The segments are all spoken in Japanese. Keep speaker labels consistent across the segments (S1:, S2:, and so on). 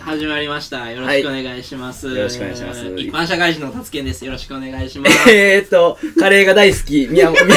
S1: 始まりました。よろしくお願いします。
S2: よろしくお願いします
S1: 一般社会人のたつけんです。よろしくお願いし ます。
S2: えーっと、カレーが大好き、宮本、宮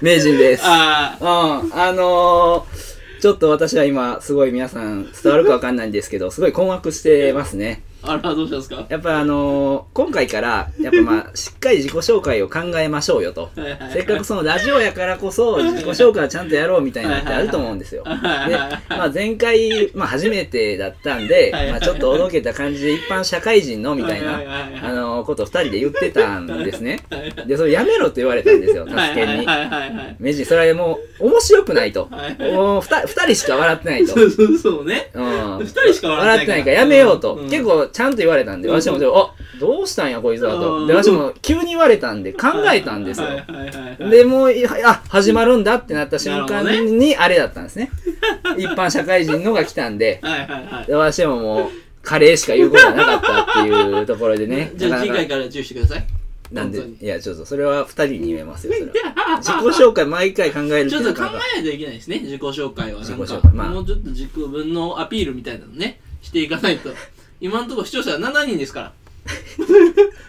S2: 名人です。うん。
S1: あ
S2: あのー、ちょっと私は今、すごい皆さん、伝わるかわかんないんですけど、すごい困惑してますね。
S1: ー、あら、どうしたんですか
S2: やっぱあのー、今回から、やっぱま あ、しっかり自己紹介を考えましょうよと。
S1: はいはい
S2: せっかくそのラジオやからこそ、自己紹介をちゃんとやろうみたいなのってあると思うんですよ。 で、まあ前回、まあ初めてだったんで、まあちょっとおどけた感じで一般社会人のみたいな
S1: はいはいはい、はい
S2: あのー、ことを二人で言ってたんです ね。 で、それやめろって言われたんですよ、助
S1: はいは
S2: け
S1: い
S2: に。
S1: はいはいはい。
S2: 名人、それはもう、面白くないと。
S1: はい
S2: もう二人二人しか笑ってないと。
S1: そうそうそうね。
S2: うん
S1: 二人しか
S2: 笑
S1: 笑
S2: っ
S1: ってて
S2: な
S1: ないい
S2: か
S1: からら。
S2: やめようと、
S1: ん
S2: 結、構ちゃんと言われたんで、
S1: うん
S2: 私もちょっと、あどうしたんやこいつは
S1: う
S2: と。
S1: ん
S2: で、私も急に言われたんで考えたんですよ
S1: は。いはいはいはい、
S2: で、もう、いあ、始まるんだってなった瞬間
S1: なるほ
S2: に、あれだったんですね。一般社会人のが来たんで、
S1: はいはいはい。。
S2: で私ももう、カレーしか言うことがなかったっていうところでね
S1: じゃあ
S2: な
S1: 次
S2: かなか
S1: 回から注意してください。
S2: なんで
S1: 本当、
S2: いや、ちょっとそれは二人に言えますよ、それ は。自己紹介毎回考える
S1: ちょっ
S2: な
S1: と
S2: か
S1: 考
S2: なか
S1: えないといけないですね、自己紹介は。なん
S2: 自己
S1: か
S2: 紹介まあ
S1: もうちょっと自分のアピールみたいなのね、していかない と。今のところ視聴者は7人ですから。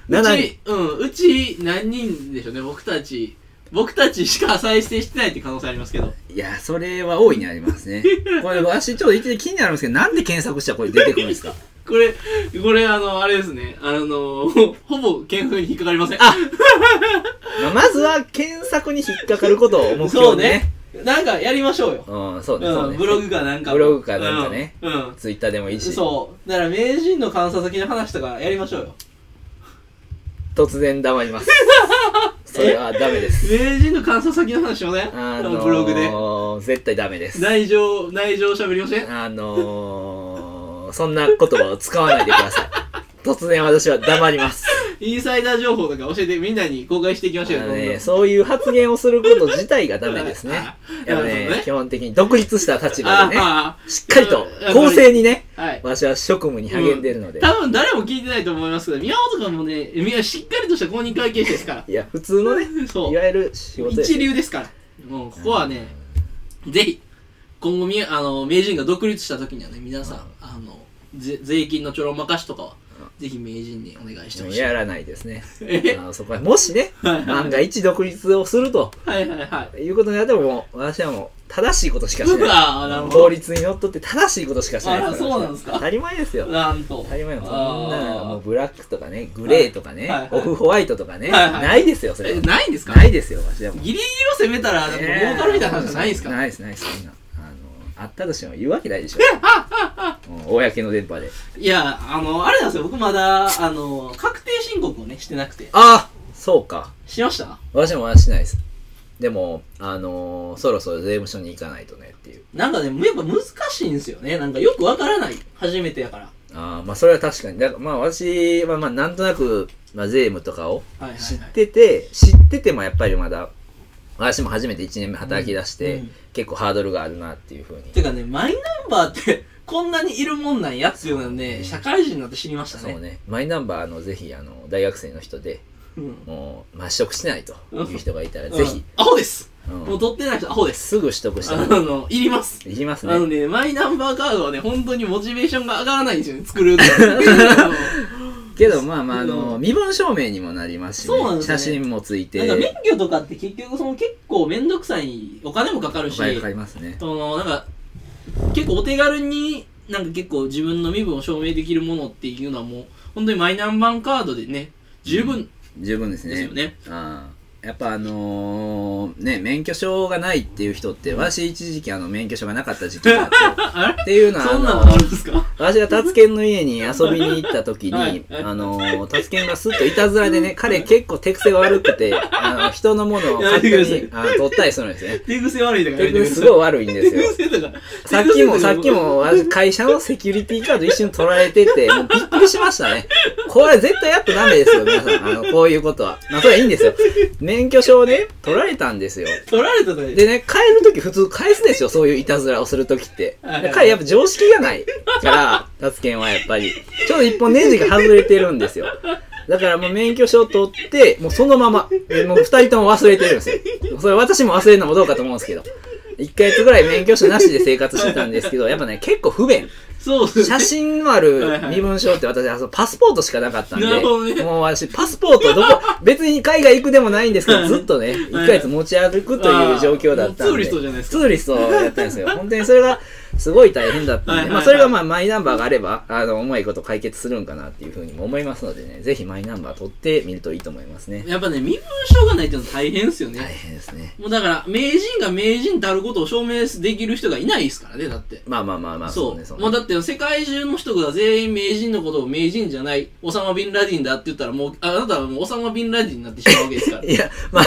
S2: 七
S1: う
S2: 人
S1: ち、うん、うち何人でしょうね、僕たち。僕たちしか再生してないって可能性ありますけど。
S2: いや、それは大いにありま すね。これ、私、ちょっと一時気になるんですけど、なんで検索したらこれ出てくるんですか
S1: これ、これ、あの、あれですね。あの、 ほぼ、検風に引っかかりません。
S2: あまあまずは検索に引っかかることを
S1: そ
S2: 目標
S1: う
S2: に
S1: ね
S2: ね。。
S1: なんか、やりましょうよ。、
S2: うん、そうね、そううんね。
S1: ブログかなんかも。
S2: ブログかなんかね
S1: うん。うん。
S2: ツイッターでもいいし、
S1: そう。だから、名人の監査先の話とかやりましょう よ。
S2: 突然黙 ります。それはダメです。
S1: 名人の監査先の話もね、
S2: あのー、
S1: ブログで。
S2: 絶対ダメです。
S1: 内情、内情喋りません
S2: あのー、そんな言葉を使わないでください。突然私は黙ります。
S1: インサイダー情報とか教えてみんなに公開していきま
S2: あ
S1: しょうよ、
S2: のね、
S1: そ
S2: そういう発言をすること自体がダメですね。やっ
S1: な
S2: ぱ
S1: るほど
S2: ね
S1: ね、
S2: 基本的に独立した立場
S1: あ
S2: でね、
S1: あ
S2: しっかりと
S1: ああ
S2: 公正にね、
S1: あ、はい。
S2: 私は職務に励んでいるので。
S1: 多分誰も聞いてないと思いますけど、宮本君もね、みやしっかりとした公認会計士ですから。
S2: いや、普通のね、
S1: そう
S2: いわゆる仕事です
S1: 一流ですから。もう、ここはね、ぜひ、今後み、あの、名人が独立した時にはね、皆さん、あの、ぜ税金のちょろまかしとかは、ぜひ名人にお願いしてほしい。
S2: やらないですね。
S1: え
S2: あのそこはもしね、
S1: はい
S2: 万が一独立をすると
S1: はいはいはい。
S2: いうことになっても、もう私はもう正しいことしかし
S1: う
S2: ない。
S1: わあなるほ
S2: 法
S1: ど。
S2: 律にのっとって正しいことしかしない
S1: あそうなんですか
S2: 当たり前ですよ。
S1: なんと。
S2: 当たり前よ。そんなも
S1: あ
S2: うブラックとかね、グレーとかね、
S1: はいはい
S2: オフホワイトとかね、
S1: はいはい
S2: ないですよ、そ
S1: ー
S2: れ
S1: え、
S2: は。
S1: ないんですか
S2: ないですよ、私はもう。
S1: ギリギリを攻めたら、なんか儲かるみたいな話じゃないんですか、
S2: ないです、ないです、そんな。あの、あったとしても言うわけないでしょ。うん公の電波で。
S1: いや、あの、あれなんですよ、僕まだ、あの、確定申告をね、してなくて。
S2: あそうか。
S1: しました
S2: 私も話しないです。でも、あのー、そろそろ税務署に行かないとねっていう。
S1: なんかね、やっぱ難しいんですよね。なんかよくわからない。初めてやから。
S2: ああ、まあそれは確かに。だからまあ私はまあなんとなく、まあ税務とかを
S1: はいはいはい。
S2: 知ってて、知っててもやっぱりまだ、私も初めて1年目働き出して、
S1: うんうん
S2: 結構ハードルがあるなっていうふうに。
S1: てかね、マイナンバーって、 こんなにいるもんなんやっていうのはね、社会人になって知りました
S2: そう
S1: ね。
S2: ね。マイナンバーあのぜひあの大学生の人で
S1: うん。
S2: もう抹消しないという人がいたら
S1: うん
S2: ぜひ、。
S1: アホです、
S2: うん
S1: もう取ってない人アホです。
S2: すぐ取得し
S1: あ
S2: た方が
S1: の、いります。
S2: いきます
S1: あの
S2: ね。
S1: ね、マイナンバーカードはね、本当にモチベーションが上がらないんですよね、作 るのうん
S2: けどまあまああ
S1: う
S2: の、
S1: ん
S2: 身分証明にもなりますし、
S1: そうなんですね
S2: 写真もついて。
S1: なんか免許とかって結局その結構めんどくさい、お金もかかるし、
S2: お金かかりますね。
S1: そのなんか結構お手軽になんか結構自分の身分を証明できるものっていうのはもう本当にマイナンバーカードでね十分
S2: 十分ですね。
S1: ですよね、
S2: ああやっぱあのーね、免許証がないっていう人って、私一時期あの免許証がなかった時期があって、っていうのは、
S1: そんな
S2: あ
S1: の
S2: の
S1: あるんですか
S2: 私がタツケンの家に遊びに行った時に、
S1: はい
S2: あのー、タツケンがすっといたずらでね、彼結構手癖が悪くて、あの、人のものを勝手
S1: やめて
S2: にあの取ったりするんですね。
S1: 手癖悪いとかや
S2: 手
S1: めてくだ
S2: 癖す
S1: さ
S2: ごい
S1: い
S2: 悪いんですよ。
S1: 手癖とか
S2: さっき
S1: 手
S2: も、
S1: 癖とか
S2: さっきも、私会社のセキュリティカード一瞬取られてて、もうびっくりしましたね。これ絶対やっとダメですよ、皆さん。あの、こういうことは。まあ、それはいいんですよ。免許証ね、取られたんですよ。
S1: 取られたとか
S2: でね、帰るとき普通返すですよ、そういういたずらをするときって。で彼やっぱ常識がないから、タツケンはやっぱり。ちょうど一本ネジが外れてるんですよ。だからもう免許証取って、もうそのまま、でもう二人とも忘れてるんですよ。それ私も忘れるのもどうかと思うんですけど。一ヶ月ぐらい免許証なしで生活してたんですけど、やっぱね、結構不便。
S1: そうですね
S2: 写真のある身分証って私、あのパスポートしかなかったんで、
S1: なるほどね
S2: もう私、パスポートど こ、別に海外行くでもないんですけど、ずっとね、一ヶ月持ち歩くという状況だったんで。
S1: あーもうツーリストじゃないですか
S2: ツーリストやったんですよ。本当にそれが、すごい大変だったん
S1: は
S2: で、
S1: いはいはい
S2: まあそれがまあマイナンバーがあれば、あの、うまいこと解決するんかなっていうふうにも思いますのでね、ぜひマイナンバー取ってみるといいと思いますね。
S1: やっぱね、身分証がないっていうのは大変ですよね。
S2: 大変ですね。
S1: もうだから、名人が名人であることを証明できる人がいないですからね、だって。
S2: まあまあまあまあ、
S1: そう。
S2: ね、
S1: もう
S2: ね
S1: だって世界中の人が全員名人のことを名人じゃない、オサマ・ビンラディンだって言ったらもう、あなたはもうオサマ・ビンラディンになってしまうわけですから。
S2: いや、まあ、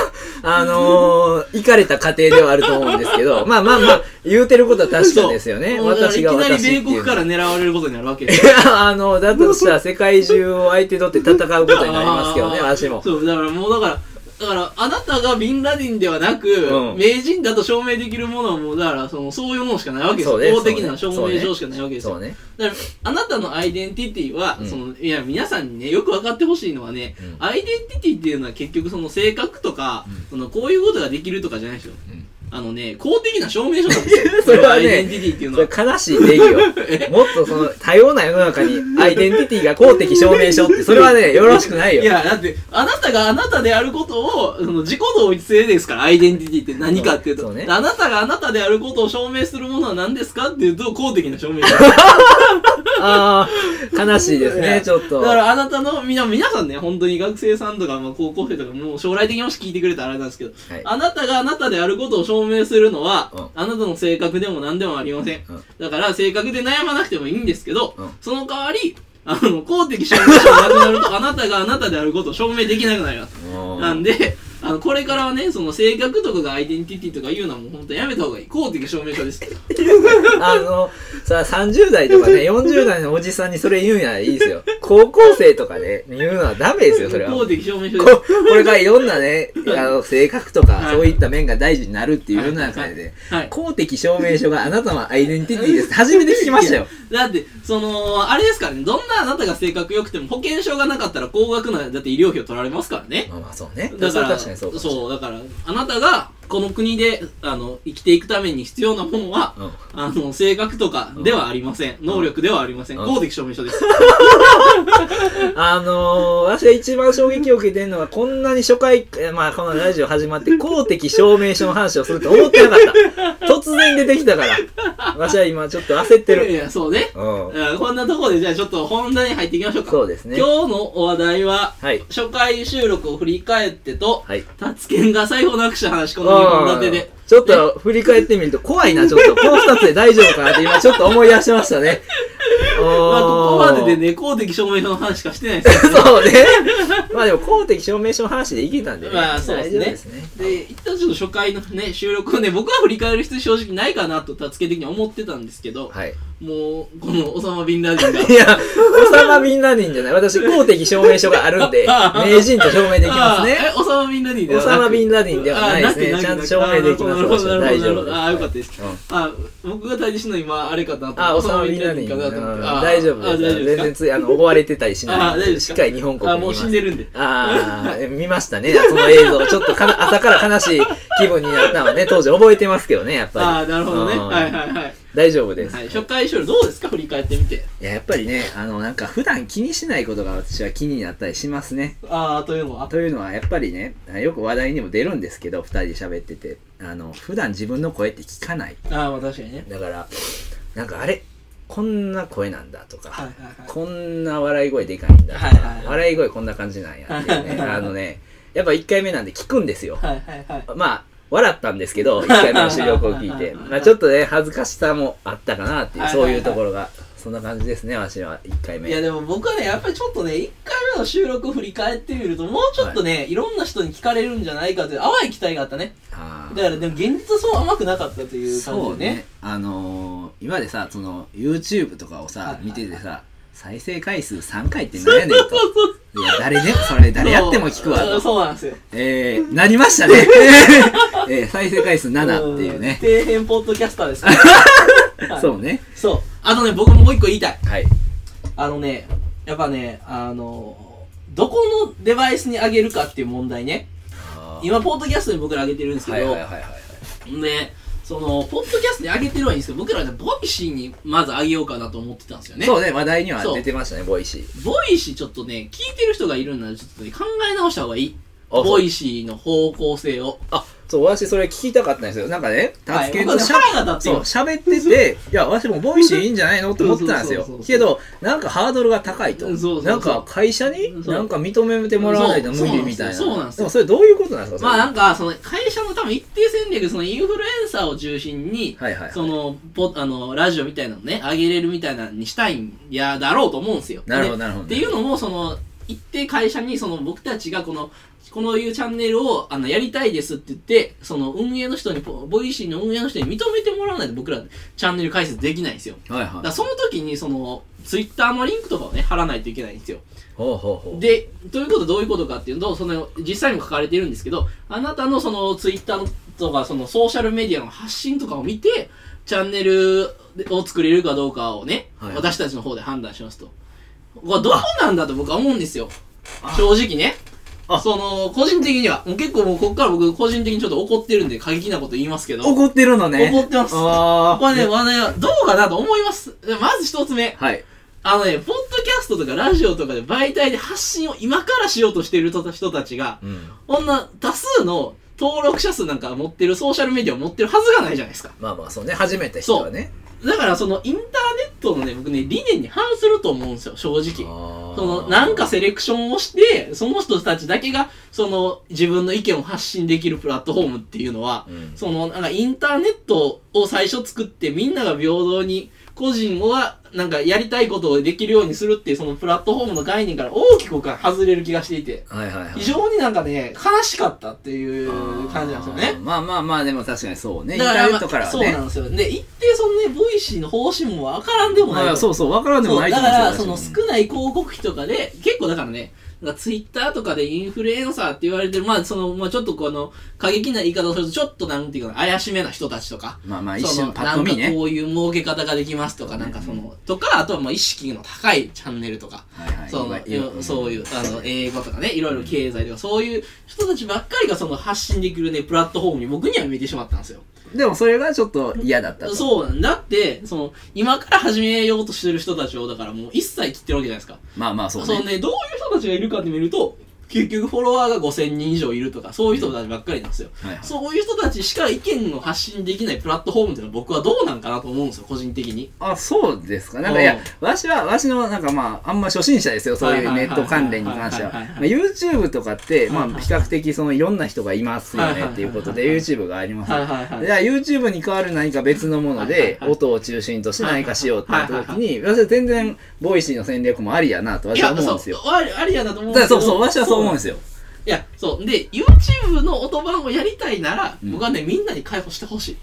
S2: あのー、行かれた家庭ではあると思うんです けど、まあまあまあ、言うてることは確かですよね。
S1: そうもうだから
S2: 私が
S1: いきな
S2: 私
S1: り
S2: ってい
S1: 米国
S2: う。
S1: から狙われることになるわけで
S2: い
S1: す。
S2: や、あの、だとしたら世界中を相手取って戦うことになりますけどね、
S1: あー
S2: 私も。
S1: そう、だからもうだから、だから、あなたがビンラディンではなく、
S2: うん
S1: 名人だと証明できるものはもう、だから、その、そういうものしかないわけです
S2: そ
S1: よ。
S2: うね
S1: 法的な
S2: そ
S1: 証
S2: うね
S1: 明書しかないわけですよ
S2: そう。 ね。
S1: だからあなたのアイデンティティは、
S2: うん
S1: そのいや皆さんにねよく分かってほしいのはね、
S2: うん
S1: アイデンティティっていうのは結局その性格とか、そのこういうことができるとかじゃないですよ、
S2: うん
S1: あのね公的な証明書なんですよ
S2: それはね
S1: アイデンティティっていうの
S2: それ
S1: は
S2: 悲しい定義よ。もっとその多様な世の中にアイデンティティが公的証明書って、それ はね、よろしくな
S1: い
S2: いよ。
S1: やだってあなたがあなたであることをその自己同一性ですからアイデンティティって何かっていうと
S2: そうそうね
S1: あなたがあなたであることを証明するものは何ですかっていうと公的な証明書
S2: ああ、悲しいです
S1: い
S2: ね、
S1: や
S2: ちょっと。
S1: だからあなたのみな皆さんね本当に学生さんとか、まあ、高校生とかもう将来的にもし聞いてくれたらあれなんですけど、
S2: はい
S1: あなたがあなたであることを証明するのは、
S2: うん
S1: あなたの性格でも何でもありません、
S2: うん
S1: だから性格で悩まなくてもいいんですけど、
S2: うん
S1: その代わりあの公的証明書がなくなると あなたがあなたであることを証明できなくなります
S2: もう
S1: なんであのこれからはねその性格とかがアイデンティティとか言うのはもう本当やめた方がいい公的証明書です
S2: あの、さ、30代と かね、40代のおじさんにそれ言うならいいですよ。高校生とかね、言うのはダメですよ、 それは。
S1: 公
S2: こ
S1: 的証明書です
S2: これからいろんなね、あの、性格とか、
S1: はい
S2: そういった面が大事になるっていう世の中でね、
S1: はい
S2: 公的証明書があなたのアイデンティティですって初めて聞きま したよ。
S1: だって、その、あれですからね、どんなあなたが性格良くても保険証がなかったら高額な、だって医療費を取られますからね。
S2: まあまあそうね。
S1: だから、
S2: 確かにそうかもしれない。
S1: そう、だから、あなたがこの国で、あの、生きていくために必要なものは、
S2: うん
S1: あの、性格とかではありません。能力ではありません。
S2: うん
S1: 公的証明書 です。
S2: あのー、私が一番衝撃を受けてるのは、こんなに初回、えまあ、このラジオ始まって、公的証明書の話をすると思ってなか った。突然出てきたから。私は今ちょっと焦って
S1: い
S2: る。
S1: や、そうね。
S2: うん。
S1: うんこんなところで、じゃあちょっと本題に入っていきましょうか。
S2: そうですね。
S1: 今日のお話題は、
S2: はい。
S1: 初回収録を振り返ってと、
S2: はい。
S1: タツケンが財布をなくした話、この2本立てで。
S2: ちょっと振り返ってみると怖いな、ちょっと。この二つで大丈夫かなって今ちょっと思い出しまし たね。おー
S1: まあ、ここまでで。ね、公的証明書の話しかしてないですけど、
S2: そうね。まあでも公的証明書の話でいけたんでね。
S1: まあそうですね
S2: 大丈夫ですね。
S1: で、一旦ちょっと初回のね、収録をね、僕は振り返る必要正直ないかなと、たつけ的には思ってたんですけど、
S2: はい。
S1: もう、この、オサマ・ビンラディンが。
S2: いや、オサマ・ビンラディンじゃない。私、公的証明書があ るんで、名人と証明できます
S1: あ
S2: ね。
S1: ーえ、オサマ・ビンラディンで
S2: オ
S1: はなく
S2: サマ・ビンラディンではないですね。
S1: あー
S2: ちゃんと
S1: く
S2: 証明でき
S1: あ
S2: ます。
S1: ーなるほど、なるほど
S2: 大丈
S1: なるほ
S2: 夫で
S1: ど。
S2: す。
S1: あーよかったです。
S2: うん
S1: あ僕が対峙したの今、あれかなと思って。
S2: あ、おさまみんなに。
S1: か
S2: うん
S1: なと思って。あー
S2: 大丈夫
S1: あー
S2: で
S1: 大
S2: す。全
S1: 丈夫
S2: 然
S1: です
S2: つい、あの、追われてたりし
S1: あー大丈
S2: ない
S1: 夫
S2: で。
S1: です
S2: し
S1: か
S2: っかり日本
S1: か
S2: 国
S1: あー、
S2: にい
S1: も
S2: ま
S1: う死
S2: す
S1: ん。でるんで。
S2: ああ、見ましたね。その映像。ちょっと かな朝から悲しい気分になったのはね、当時覚えてますけどね、やっぱり。
S1: ああ、なるほどね。
S2: うん
S1: はいはいはい。
S2: 大丈夫です。
S1: はいい、初回収録どうですか振り返ってみて。
S2: や、やっぱりね、あの、なんか普段気にしないことが私は気になったりしますね。
S1: ああ、というのは。
S2: というのはやっぱりねよく話題にも出るんですけど2人で喋っててあの普段自分の声って聞かない
S1: ああ、まあ確かにね。
S2: だからなんかあれこんな声なんだとか、
S1: はいはいはい。
S2: こんな笑い声でかいんだとか、
S1: はいはいはい
S2: 笑い声こんな感じなんやっていうねあのねやっぱ1回目なんで聞くんですよ
S1: はいはいはい。
S2: まあ笑ったんですけど1回目の収録を聞い
S1: はいはい
S2: て
S1: はいはい
S2: まあちょっとね恥ずかしさもあったかなっていう
S1: はいはい
S2: そ
S1: は
S2: う
S1: い
S2: いうところがそんな感じですね私は1回目
S1: いやでも僕はね、やっぱりちょっとね、1回目の収録を振り返ってみると、もうちょっとね、い、ろんな人に聞かれるんじゃないかという淡い期待があったね。
S2: あー
S1: だからでも現実はそう甘くなかったという感
S2: そう
S1: じでね
S2: ね。あのー、今までさその YouTube とかを
S1: はい
S2: さ
S1: はい
S2: 見ててさ再生回数3回って何やねんといや誰ねそれ誰やっても聞くわ
S1: そう
S2: と
S1: そうなんですよ。
S2: えー、なりまし たねえー、再生回数7っていうね
S1: ん底辺ポッドキャスターですから はい
S2: そうね
S1: そう。あとね、僕ももう一個言いたい。
S2: はい
S1: あのね、やっぱね、あの、どこのデバイスにあげるかっていう問題ね。
S2: あー
S1: 今、ポッドキャストに僕らあげてるんですけ
S2: はい
S1: ど、
S2: はいはいはい
S1: ね、その、ポッドキャストで上げてるはいいんですけど、僕らね、ボイシーにまず上げようかなと思ってたんですよね。
S2: そうね、話題には出てましたね、ボイシー。
S1: ボイシーちょっとね、聞いてる人がいるんなら、ちょっとね、考え直した方がいい。
S2: あそう
S1: ボイシーの方向性を。
S2: あ、そう、私それ聞きたかったんですよ。なんかね、
S1: は
S2: タ
S1: い
S2: ツケン
S1: 僕
S2: と
S1: ね
S2: しゃ
S1: 腹が立
S2: そう
S1: って
S2: 喋ってて、 いや、私もボイシーいいんじゃないのって思ってたんですよ
S1: そうそうそう。そう
S2: けど、なんかハードルが高いと
S1: そうそうそう。
S2: なんか会社に
S1: そう
S2: なんか認めてもらわないと無理みたいな。
S1: そうそうなんですよそうなんですよ
S2: でもそれどういうことなんですか
S1: まあなん
S2: か、
S1: か、その、会社の多分一定戦略、そのインフルエンサーを中心に、
S2: はいはいはい。
S1: その、ポあの、ラジオみたいなのね、上げれるみたいなのにしたいんやだろうと思うんですよ。
S2: なるほど
S1: で
S2: なるほど
S1: っていうのも、その、一定会社に、その、僕たちがこの、このいうチャンネルを、あの、やりたいですって言って、その、運営の人に、ボボイシーの運営の人に認めてもらわないと僕ら、チャンネル開設できないんですよ。
S2: はい
S1: だから
S2: はい。
S1: その時に、その、ツイッターのリンクとかをね、貼らないといけないんですよ。
S2: ほうほうほう。
S1: で、ということはどういうことかっていうと、その、実際にも書かれてるんですけど、あなたのその、ツイッターとか、その、ソーシャルメディアの発信とかを見て、チャンネルを作れるかどうかをね、
S2: はい
S1: 私たちの方で判断しますと。これはどうなんだと僕は思うんですよ。正直ね。
S2: あ
S1: その、個人的には、もう結構もうこっから僕個人的にちょっと怒ってるんで過激なこと言いますけど、
S2: 怒ってるのね。
S1: 怒ってます
S2: あ
S1: こ
S2: あ。
S1: れね、話題はどうかなと思います。でまず一つ目。
S2: はい。
S1: あのね、ポッドキャストとかラジオとかで媒体で発信を今からしようとしてる人たちが、
S2: うん。
S1: こんな多数の登録者数なんか持ってるソーシャルメディアを持ってるはずがないじゃないですか。
S2: まあまあ、そうね、初めて人はね。
S1: だからそのインターネットのね、僕ね、理念に反すると思うんですよ、正直。
S2: そ
S1: その、なんか、セレクションをして、その人たちだけが、その、自分の意見を発信できるプラットフォームっていうのは、
S2: うん
S1: その、なんかインターネットを最初作ってみんなが平等に個人はなんかやりたいことをできるようにするっていうそのプラットフォームの概念から大きく外れる気がしていて、
S2: はいはいはい。
S1: 非常になんかね、悲しかったっていう感じなんですよ
S2: あー
S1: ね。
S2: まあまあまあ、でも確かにそうね。イン
S1: だ
S2: タ
S1: か
S2: ー
S1: ら
S2: ネットからは
S1: そう
S2: ね
S1: なん。ですよ。で、一定そのね、ボイシーの方針もわからんでもない
S2: あ
S1: と。
S2: あそうそう、わからんでもないと
S1: だ
S2: 思
S1: か
S2: うんですよ
S1: ら、その
S2: 私も
S1: 少ない広告費とかで、結構だからね、なんかツイッターとかでインフルエンサーって言われてる、まあその、まあちょっとこの、過激な言い方をすると、ちょっとなんていうかな、怪しめな人たちとか、
S2: まあまあ一
S1: その
S2: 瞬パッと見
S1: なんか
S2: ね。
S1: こういう儲け方ができますとか、なんかその、とか、あとはまあ意識の高いチャンネルとか、
S2: はいはい
S1: そ
S2: 今
S1: の
S2: 今
S1: よそういう、あの、英語とかね、いろいろ経済とか、そういう人たちばっかりがその発信できるね、プラットフォームに僕には見えてしまったんですよ。
S2: でもそれがちょっと嫌だったと。
S1: そうなんだって、その、今から始めようとしてる人たちを、だからもう一切切ってるわけじゃないですか。
S2: まあまあそう
S1: その
S2: ね。
S1: ね、どういう人たちがいるかって見ると、結局フォロワーが5000人以上いるとか、そういう人たちばっかりなんですよ。
S2: はいはい
S1: そういう人たちしか意見を発信できないプラットフォームっていうのは僕はどうなんかなと思うんですよ、個人的に。
S2: あ、そうですか。なん
S1: う
S2: か
S1: ん
S2: いや、わしは、わしのなんかまあ、あんま初心者ですよ。そう
S1: は
S2: いう
S1: いは
S2: ネ
S1: いはい
S2: ット関連に関しては。
S1: はいはい
S2: ま
S1: はい
S2: あ YouTube とかって、ま
S1: はいは
S2: あ
S1: い
S2: 比較的そのいろんな人がいますよねっていうこと
S1: はい
S2: で
S1: はいはい
S2: YouTube があります
S1: はいはいはい。
S2: じゃあ YouTube に代わる何か別のもの
S1: はいはい
S2: で
S1: はい
S2: 音を中心として何かしようってなった時
S1: はい
S2: に私は全然ボイシーの戦略もありやなと
S1: い
S2: 私は
S1: や、
S2: 思うん
S1: そ
S2: ですよ。
S1: う、ありありやなと思う
S2: だ
S1: ん
S2: か
S1: ですけど。
S2: らそうそう、私はそう思うんですよ。
S1: いや、そう。で、YouTube の音版をやりたいなら、
S2: うん
S1: 僕はね、みんなに解放してほしい。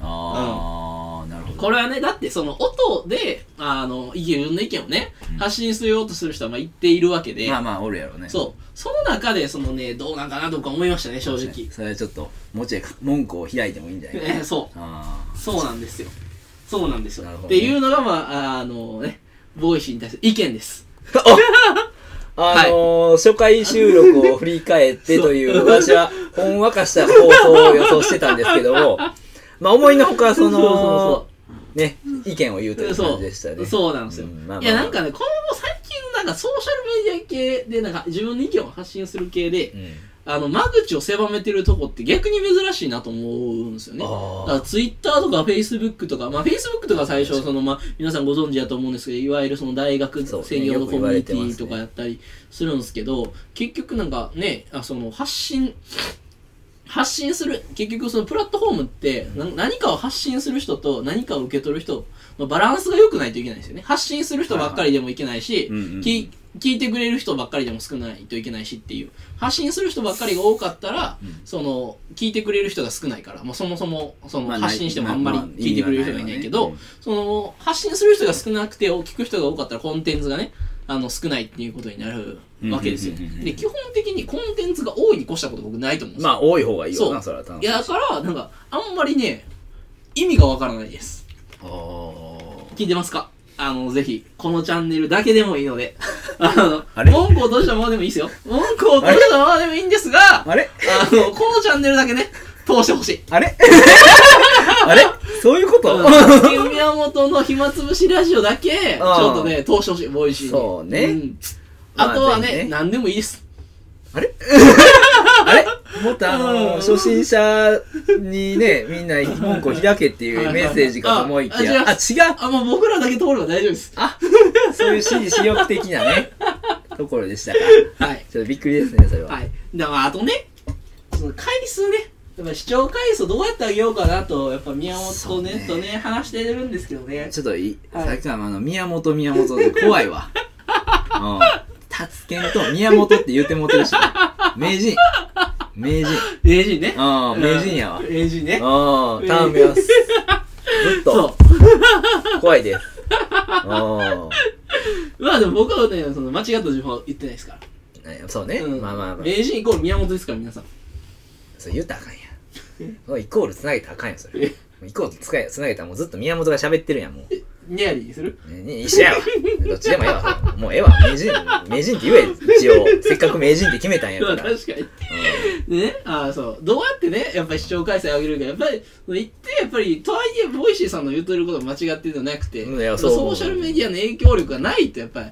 S2: ああ、なるほ
S1: これはね、だってその音で、あの、自分の意見をね、発信しようとする人はまあ言っているわけで、
S2: まあまあ、おるやろね。
S1: そう。その中で、そのね、どうなんかなとか思いましたね、正直。
S2: それはちょっと、もうちょい文句を開いてもいいんじゃないか
S1: えーそ
S2: あ
S1: う。そうなんですよ。そうなんですよ。
S2: なるほ
S1: っ
S2: ど
S1: て
S2: ね
S1: いうのが、まあ、あのね、ボイシーに対する意見です。
S2: ーあのー初回収録を振り返ってという、 私は、ほんわかした放送を予想してたんですけど も、まあ、思いのほか、その
S1: そうそうそ
S2: ね、意見を言うという
S1: そ
S2: 感
S1: う。
S2: じでしたね。
S1: そうなんですよ。
S2: うんまあまあ
S1: いや、なんかね、今後最近、なんかソーシャルメディア系で、なんか自分の意見を発信する系で
S2: う、ん。
S1: あの、間口を狭めてるとこって逆に珍しいなと思うんですよね。
S2: あー
S1: だからツイッターとかフェイスブックとか、まあフェイスブックとか最初、そのまあ皆さんご存知だと思うんですけど、いわゆるその大学
S2: そうね
S1: 専用の
S2: よく
S1: コ
S2: 言
S1: ミ
S2: わ
S1: ュ
S2: れ
S1: ニ
S2: て
S1: テ
S2: ますね
S1: ィとかやったりするんですけど、結局なんかね、あその発信、発信する、結局そのプラットフォームって、な何かを発信する人と何かを受け取る人のバランスが良くないといけないんですよね。発信する人ばっかりでもいけないし、
S2: うんうんうん
S1: き聞いてくれる人ばっかりでも少ないといけないしっていう発信する人ばっかりが多かったら、その聞いてくれる人が少ないから、まあ、そもそもその
S2: まあない
S1: 発信してもあんまり
S2: まあまあ
S1: 聞いてくれる人がいないけど、
S2: 意味はないわね
S1: その発信する人が少なくて聞く人が多かったらコンテンツがねあの少ないっていうことになるわけですよ
S2: うんうんうんうんうん
S1: で基本的にコンテンツが多いに越したこと僕ないと思うんですよ、
S2: まあ、多い方がいいよ
S1: そ
S2: な、
S1: う
S2: それは多分
S1: いやだからなんかあんまりね意味がわからないです
S2: あー
S1: 聞いてますかあの、ぜひ、このチャンネルだけでもいいの で、あ
S2: あ
S1: の、
S2: れ
S1: 文句をどうしたままでもいいですよ。文句をどうしたままでもいいんですが、
S2: あれ
S1: あの、このチャンネルだけね、通してほしい。
S2: あ れあれそういうこと、
S1: うん、宮本の暇つぶしラジオだけ、ちょっとね、通してほしい、ボイシーに。
S2: そうね
S1: ん
S2: まあ
S1: あとは
S2: ぜひ
S1: ね、
S2: ね
S1: 何でもいいです。
S2: あれあれもっとあの、
S1: うん
S2: 初心者にね、みんな門戸開けっていうメッセージかと思いきや、
S1: あ
S2: あ、
S1: あ
S2: 違う
S1: あ、もう僕らだけ通れば大丈夫です。
S2: そういう私利私欲的な ね、ところでしたか。
S1: はい。
S2: ちょっとびっくりですね、それは。
S1: はい。だから、あとね、その回数ね、やっぱ視聴回数どうやってあげようかなと、やっぱ宮本
S2: そ
S1: と
S2: う
S1: ね、
S2: ね
S1: とね、話してるんですけどね。
S2: ちょっといい、
S1: はい
S2: さっきからあの、宮本宮本で怖いわ。うん。達健と宮本って言ってもってるし、名人。名人。
S1: 名人ね。
S2: うん、名人やわ。
S1: うん名人ね。
S2: うん、頼 みます。ずっと
S1: そ
S2: 怖いです。うん。
S1: う。まあでも僕はね、その間違った情報は言ってないですから。
S2: ねそうね、
S1: うん
S2: まあまあまあ、
S1: 名人イコール宮本ですから、皆さん。
S2: そう言うたらあかんやんそうイコールつなげたらあかんやんそれ
S1: え
S2: もうイコールつかつなげたらもうずっと宮本が喋ってるやんも
S1: ニャリーする
S2: う、ねね一緒やわどっちでもええわそれもうええわ名人名人って言え一応せっかく名人って決めたん や
S1: ま
S2: か
S1: あ
S2: ら、
S1: 確かに。でね、ああ、そう。どうやってね、やっぱり視聴回数上げるか、やっぱり、言って、やっぱり、とはいえ、ボイシーさんの言うとること間違ってるのなくて、
S2: うんいや
S1: やっぱ
S2: そう
S1: ソーシャルメディアの影響力がないと、やっぱ
S2: うん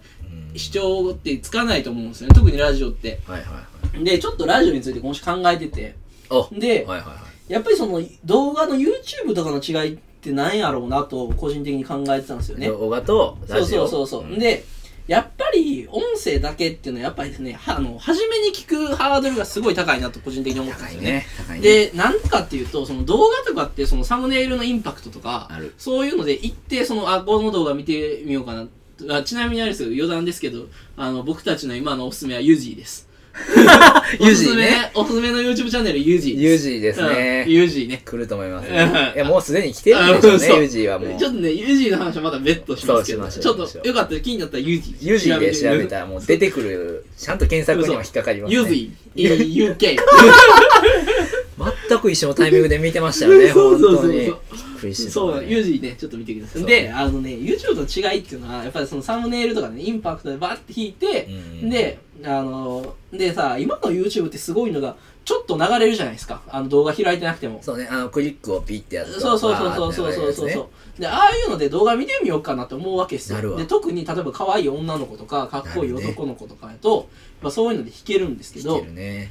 S1: り、視聴ってつかないと思うんですよね。特にラジオって。
S2: はいはいはい
S1: で、ちょっとラジオについて今週考えてて、
S2: お
S1: で
S2: はいはいはい
S1: やっぱりその、動画の YouTube とかの違いって何やろうなと、個人的に考えてたんですよね。
S2: 動画と
S1: そ
S2: ラ
S1: う
S2: ジ
S1: そ
S2: オ
S1: うそうそう、
S2: ん
S1: でやっぱり音声だけっていうのはやっぱりですねはあの初めに聞くハードルがすごい高いなと個人的に思ったん
S2: 高
S1: です
S2: い
S1: よね
S2: ね高いね
S1: でなんでかっていうとその動画とかってそのサムネイルのインパクトとか
S2: ある
S1: そういうので一定そのあこの動画見てみようかなあちなみにあれですけど余談ですけどあの僕たちの今のおすすめはユージーです
S2: ユージーね
S1: おすすめおすすめの YouTube チャンネルユージー
S2: ユー
S1: ジ
S2: ジーですね、
S1: ユージーね
S2: 来ると思います、
S1: うん
S2: いやもうすでに来てるんでしょうね
S1: あそう
S2: ユージーはもう
S1: ちょっとね、ユージーの話はまだ別途しますけ
S2: そ
S1: ど、
S2: うしまし
S1: ちょ
S2: ょう
S1: っ
S2: しましょう
S1: とよかったら気になったらユージー。
S2: ユージーで調べ
S1: ら
S2: たらもう出てくるちゃんと検索にも引っかかりますね
S1: ユージ ー、UK。
S2: 全く一緒のタイミングで見てましたよね、
S1: そう
S2: 本
S1: そうそ
S2: 当
S1: うそう
S2: に。びっくりしてた
S1: そう、
S2: ね
S1: ユージーね、ちょっと見てくださ
S2: そ
S1: い。
S2: う
S1: で、あのね、YouTube との違いっていうのは、やっぱりそのサムネイルとかね、インパクトでバッて引いて、
S2: うん
S1: で、あの、でさ、今の YouTube ってすごいのが、ちょっと流れるじゃないですか。あの動画開いてなくても。
S2: そうね、あの、クリックをピッてやった
S1: そうそうそうそうそうそうそうでああいうので動画見てみようかなって思うわけです
S2: なる
S1: よ
S2: わ
S1: で特に例えば可愛い女の子とかかっこいい
S2: なるね
S1: 男の子とかやと、まあ、そういうので弾けるんですけ
S2: 聞
S1: ど
S2: けるね。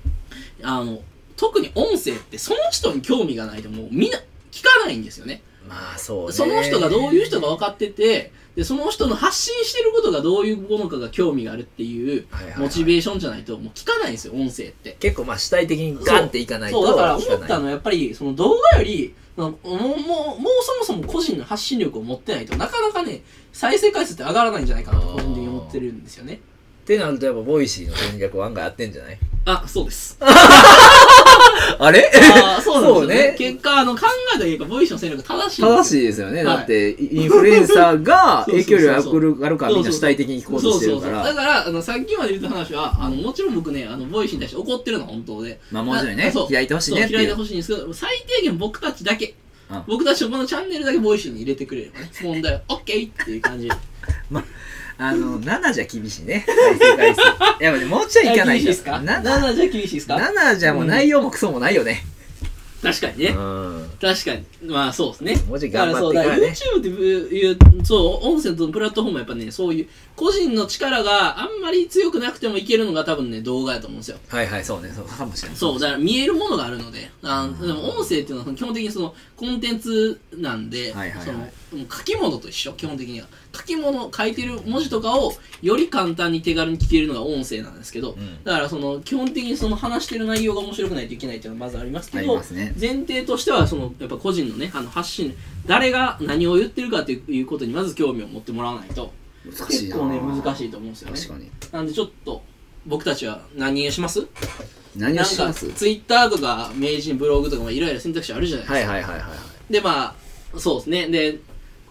S1: あの特に音声ってその人に興味がないともうみんな聞かないんですよね
S2: まあ、そうね。
S1: その人がどういう人が分かっててでその人の発信してることがどういうものかが興味があるっていう
S2: はいはいはい
S1: モチベーションじゃないともう聞かないんですよ音声って
S2: 結構、まあ、主体的にガンっていかないと。
S1: そうだから思っ
S2: 聞
S1: た
S2: か
S1: の
S2: ない
S1: はやっぱりその動画よりそのもうもうもうそもそも個人の発信力を持ってないとなかなかね再生回数って上がらないんじゃないかなと
S2: あー
S1: 個人的に思ってるんですよね
S2: ってなると、やっぱ、ボイシーの戦略は案外合ってんじゃない
S1: あそうです
S2: あれ
S1: あーそうなんですよね
S2: そうね
S1: 結果あの考えた結果ボイシーの戦略が正しいんですよ
S2: 正しいですよね。
S1: はい
S2: だって、インフルエンサーが
S1: そうそう
S2: 影
S1: そうそう
S2: 響力があるから、みんな主体的に行こうとしてる
S1: そ
S2: か
S1: うそう
S2: ら。
S1: そうだからあのさっきまで言った話はあのもちろん僕ねあのボイシーに対して怒ってるのは本当で
S2: まあ、もちろんね
S1: そう、
S2: 開いてほしいねって
S1: そう開い
S2: い
S1: て
S2: う。
S1: ほしいんですけど最低限僕たちだけ
S2: うん
S1: 僕たちのこのチャンネルだけボイシーに入れてくれればね問題は OK っていう感 じ
S2: あの、7じゃ厳しいね。再生回数。いや、でももうちょいいかない
S1: 厳しい
S2: と
S1: ですか
S2: 7
S1: 7じゃ厳しいですか
S2: 7じゃもう内容もクソもないよね。
S1: 確かに
S2: う
S1: ね
S2: ん。
S1: 確かにまあそうですね
S2: もうちょい
S1: だか
S2: 頑
S1: ら
S2: 張
S1: そ
S2: っ
S1: う
S2: てい
S1: だ
S2: か
S1: からら YouTube
S2: ね。
S1: っていうそう音声とプラットフォームはやっぱねそういう個人の力があんまり強くなくてもいけるのが多分ね動画やと思うんですよ
S2: はいはい、そうね。そうかもしれない。
S1: そう、だから見えるものがあるので、あのでも音声っていうのは基本的にそのコンテンツなんで、
S2: はいはいはい
S1: そのもう書き物と一緒、基本的には。書き物、書いてる文字とかをより簡単に手軽に聞けるのが音声なんですけど、
S2: ん
S1: だからその基本的にその話してる内容が面白くないといけないっていうのはまずあります
S2: あ
S1: け
S2: り
S1: ど、
S2: ますね。
S1: 前提としてはそのやっぱ個人のねあの発信誰が何を言ってるかということにまず興味を持ってもらわないと
S2: 難しい
S1: 結
S2: な。
S1: 構ね難しいと思うんですよね
S2: 確かに。
S1: なんでちょっと僕たちは何をします
S2: 何を
S1: なん
S2: しま
S1: か
S2: す
S1: ツイッターとか名人ブログとかもいろいろ選択肢あるじゃないですか、
S2: はいはいはいはいはい。
S1: でまあそうですねで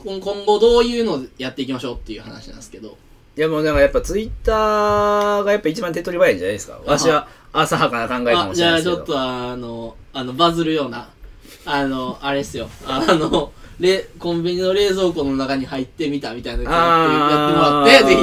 S1: 今今後どういうのをやっていきましょうっていう話なんですけど
S2: いやもうなんかやっぱツイッターがやっぱ一番手っ取り早いんじゃないですか。わしは浅はかな考えか
S1: あ
S2: もし
S1: じ
S2: れ
S1: ゃ
S2: ない
S1: あ
S2: です
S1: ち
S2: け
S1: ょっ
S2: ど。
S1: とあのあのバズるようなあのあれっすよあのれコンビニの冷蔵庫の中に入ってみたみたいなのやってやってもらってぜひ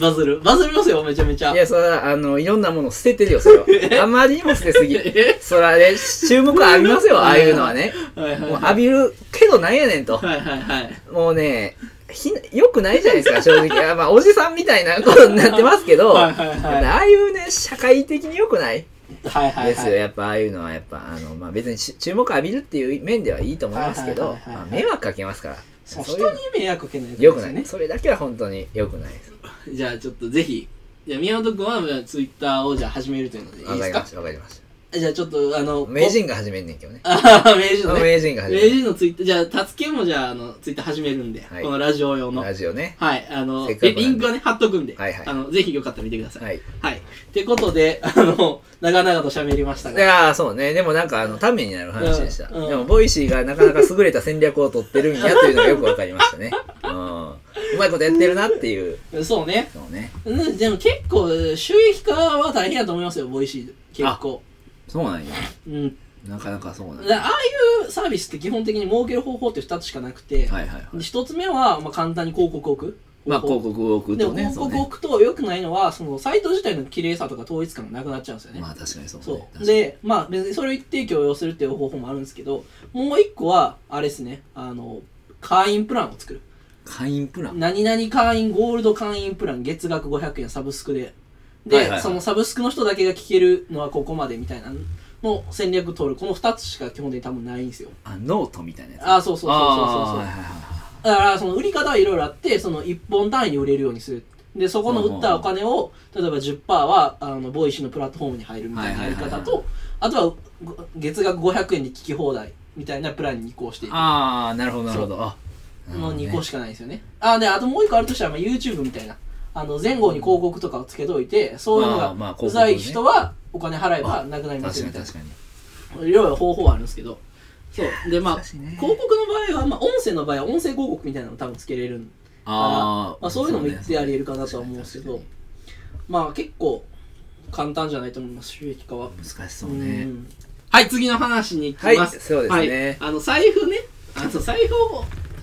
S1: バズる。バズりますよ、めちゃめちゃ。
S2: いや、それは、あの、いろんなものを捨ててるよ、それ は。あまりにも捨てすぎ。
S1: え
S2: そらね、注目浴びますよ、ああいうのはね。
S1: はいはい
S2: もう
S1: はい。
S2: 浴びるけどなんやねんと。
S1: はいはいはい。
S2: もうね、ひよくないじゃないですか、正直。あまあ、おじさんみたいなことになってますけど、
S1: はいはいはい
S2: ああいうね、社会的に良くない
S1: はいはいはい。
S2: ですよ。やっぱああいうのは、やっぱ、あの、まあ別にし注目浴びるっていう面ではいいと思いますけ
S1: は
S2: ど
S1: い、はいはい
S2: ま
S1: は
S2: あ
S1: い
S2: 迷惑かけますから。
S1: そう
S2: そう
S1: 人
S2: いう
S1: に迷惑かけないことです
S2: 良くないね。
S1: ね。
S2: それだけは本当に良くないです。
S1: じゃあちょっとぜひ、じゃあ宮本君はまあツイッターをじゃあ始めるというのでい
S2: わ
S1: いです
S2: かりま
S1: か
S2: した、わかりまし
S1: じゃあちょっとあの、
S2: た。名人が始めんねんけどね。
S1: ああ、名人のね。
S2: 名人が始め
S1: 名
S2: んねん。
S1: 人のツイッター、じゃあ、たつけもじゃあ、あの、ツイッター始めるんで、
S2: はい
S1: このラジオ用の。は
S2: ラ
S1: い、
S2: ジオね。
S1: あの、
S2: せっかくな
S1: え
S2: んで
S1: リンクはね、貼っとくんで、
S2: はいはい
S1: あの、ぜひよかったら見てください。
S2: はい。
S1: はい。ってことで、 あの、長々と喋りました
S2: い
S1: が、
S2: やーそうね。でもなんか、あの、ためになる話でした。
S1: うんうん
S2: でも、ボイシーがなかなか優れた戦略を取ってるんやというのがよくわかりましたね。うん。うまいことやってるなっていう
S1: そうね。
S2: のをね。
S1: うんでも結構、収益化は大変だと思いますよ、ボイシー。結構。
S2: そうなんや。
S1: うん。
S2: なかなかそうなん
S1: だああいうサービスって基本的に儲ける方法って2つしかなくて、
S2: はいはいはい。
S1: 一1つ目は、まあ、簡単に広告を置く。
S2: まあ、広告を送る
S1: で
S2: と
S1: も
S2: ね、
S1: 広
S2: そう
S1: 告
S2: ね。
S1: 置くと良くないのは、そのサイト自体の綺麗さとか統一感がなくなっちゃうんですよね。
S2: まあ、確かにそうね。
S1: そう
S2: 確かに
S1: でまあ別にそれを一定許容するっていう方法もあるんですけどもう一個はあれですねあの会員プランを作る
S2: 会員プラン。
S1: 何々会員ゴールド会員プラン月額500円サブスクでで、
S2: はいはいはい
S1: そのサブスクの人だけが聞けるのはここまでみたいなのを戦略取るこの2つしか基本的に多分ないんですよ
S2: あ、ノートみたいなやつ。
S1: ああそうそうそうそうそう
S2: あーはい
S1: そう
S2: はいは
S1: だからその売り方はいろいろあってその1本単位に売れるようにするでそこの売ったお金を例えば10%はあのボイシーのプラットフォームに入るみたいなやり
S2: はい
S1: 方
S2: はいはいは
S1: とあとはご月額500円で聞き放題みたいなプランに移行して
S2: い
S1: いく
S2: あー、なるほど、なるほど。あ、
S1: もう2
S2: 個
S1: 個しかないですよねあであともう1個あるとしたら、まあ、YouTube みたいなあの前後に広告とかをつけといてそういうの
S2: まあまあ
S1: が
S2: 広告
S1: う
S2: ね
S1: ざい人はお金払えばなくなります
S2: 確
S1: よ
S2: か
S1: みた
S2: に
S1: いな
S2: 確かに。
S1: いろいろ方法はあるんですけどそうでまあ
S2: 難しいね
S1: 広告の場合は、まあ、音声の場合は音声広告みたいなの多分つけれるん
S2: あー
S1: まあ、そういうのも言ってありえるかなとは思うんですけど、まあ結構簡単じゃないと思います収益化は、
S2: 難しそうね
S1: う。んはい次の話に行きます、
S2: はいそうですね
S1: はいあの財布ねあの財布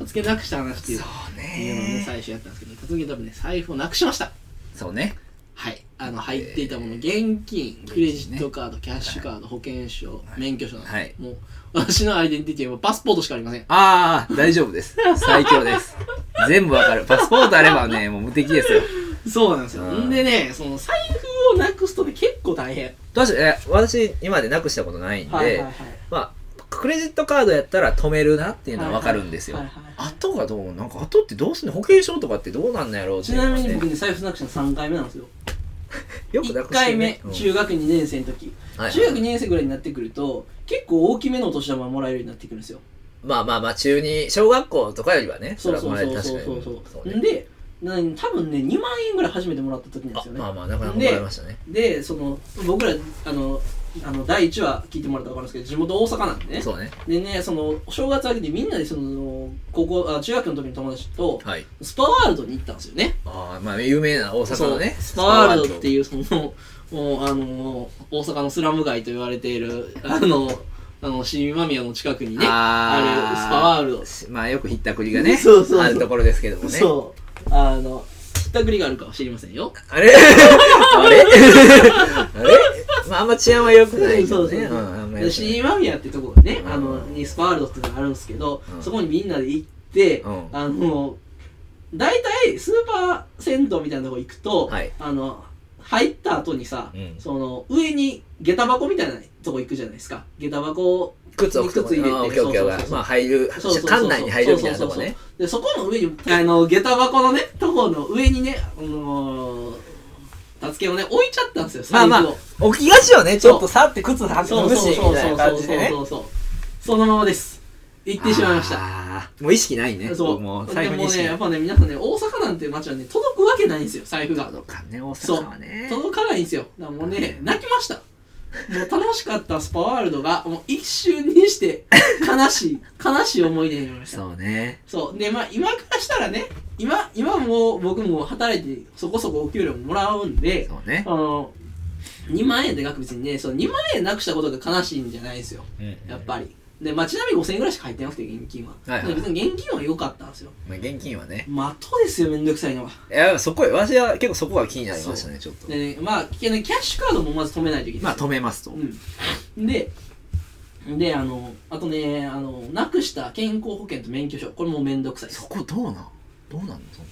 S1: をつけなくした話っていう
S2: そう
S1: いうのをね。最初やったんですけどたつけ多分ね財布をなくしました
S2: そうね。
S1: はいあの入っていたもの現金クレジットカードキャッシュカード、保険証、免許証なんで、
S2: はい
S1: もう私のアイデンティティはパスポートしかありません
S2: ああ、大丈夫です。最強です。全部わかる。パスポートあれ ばね、もう無敵ですよ。
S1: そうなんですよ
S2: うん
S1: んでねその財布をなくすとね結構大変
S2: 確かに、え私、今までなくしたことないんで、
S1: はいはいはい
S2: まあ、クレジットカードやったら止めるなっていうのはわかるんですよ
S1: はいはいはい。は
S2: あとがどう、なんか、あとってどうすんの保険証とかってどうなんのやろうって
S1: ち
S2: いう
S1: な
S2: のは
S1: み
S2: ね、
S1: に僕ね財布なくしたの3回目なんですよ
S2: よくな
S1: 1
S2: くして
S1: 回
S2: る
S1: 目
S2: ね、うん
S1: 中学2年生の時
S2: はいはい
S1: 中学2年生ぐらいになってくると結構大きめのお年玉もらえるようになってくるんですよ
S2: まあまあまあ、中に、小学校とかよりはね、
S1: そうそう
S2: れは
S1: そ
S2: も
S1: う
S2: らえ
S1: そう
S2: 確か
S1: そ
S2: に
S1: うそう
S2: そうね
S1: でな多分ね2万円ぐらい初めてもらった時なんですよ
S2: あ
S1: ね、
S2: まあまあ、なかなかもらえましたね。
S1: でその僕らあのあの第1話聞いてもらったら分かるんですけど地元大阪なんでね
S2: そうね。
S1: でねその正月明けてみんなでその高校あ中学の時の友達と
S2: はい。
S1: スパワールドに行ったんですよね
S2: ああ、まあ、有名な大阪のね。
S1: そうスパワールドっていうそのもうあの大阪のスラム街と言われているあのあの新間宮の近くにねあるスパワールド、
S2: ド。まあよくひったくりがね、
S1: そうそうそう
S2: あるところですけどもね。
S1: そうあのひったくりがあるかは知りませんよ
S2: あれ あれ あれまああんま治安は良くないけ
S1: そ
S2: ど
S1: うそう
S2: ね。んあんま良くな
S1: で
S2: い
S1: 新間宮ってとこがね、
S2: うん
S1: あのにスパワールドっていうのがあるんですけど、
S2: うん
S1: そこにみんなで行って、
S2: うん
S1: あの大体スーパー銭湯みたいなとこ行くと、
S2: はい
S1: あの入った後にさ、
S2: うん
S1: その上に下駄箱みたいなとこ行くじゃないですか下駄箱
S2: 靴を
S1: 靴入れて
S2: ああオッケーオッケー
S1: そうそう
S2: オッケ
S1: そう
S2: ーまあ入る
S1: そうそうそう、
S2: 館内に入るみたいなとこね。
S1: でそこの上にあの下駄箱のねとこの上にねあのー、タツケをね置いちゃったんですよ
S2: まあ
S1: 財布を、
S2: まあ、置きがちよね。ち
S1: そう
S2: ょっとさって靴履
S1: そう
S2: く
S1: そ
S2: し、
S1: うそ
S2: み
S1: う
S2: たい
S1: そ
S2: な
S1: うそ
S2: 感
S1: う
S2: じでね。
S1: そうそうそのままです行ってしまいました
S2: た。もう意識ないね。
S1: そう
S2: もう
S1: で
S2: 財布
S1: も
S2: に意
S1: ね
S2: 識な
S1: やっ
S2: い。
S1: ぱね皆さんね大阪なんて街はね届くわけないんですよ財布が
S2: そうかね、大
S1: そう
S2: 阪はね。
S1: 届かないんですよだからもうね泣きましたもう楽しかったスパワールドがもう一瞬にして悲しい悲しい思い出になりました
S2: そうね。
S1: そうでまあ今からしたらね今今もう僕も働いてそこそこお給料もらうんで
S2: そうね
S1: あ。の2万円で額別にねその2万円なくしたことが悲しいんじゃないんですよやっぱりで、まあ、ちなみに5000円ぐらいしか入ってなくて、現金は。
S2: はいはい
S1: で別に現金は良かったんですよ。
S2: まあ、現金はね。
S1: まあ後ですよ、めんどくさいのは。
S2: いや、そこ、私は結構そこが気になりましたね、ちょっと。
S1: でね、まあ、キャッシュカードもまず止めないといけない。
S2: まあ、止めますと。
S1: うん、でであのあとねあのなくした健康保険と免許証これもめんどくさいです
S2: そこどうなんどうなんのそん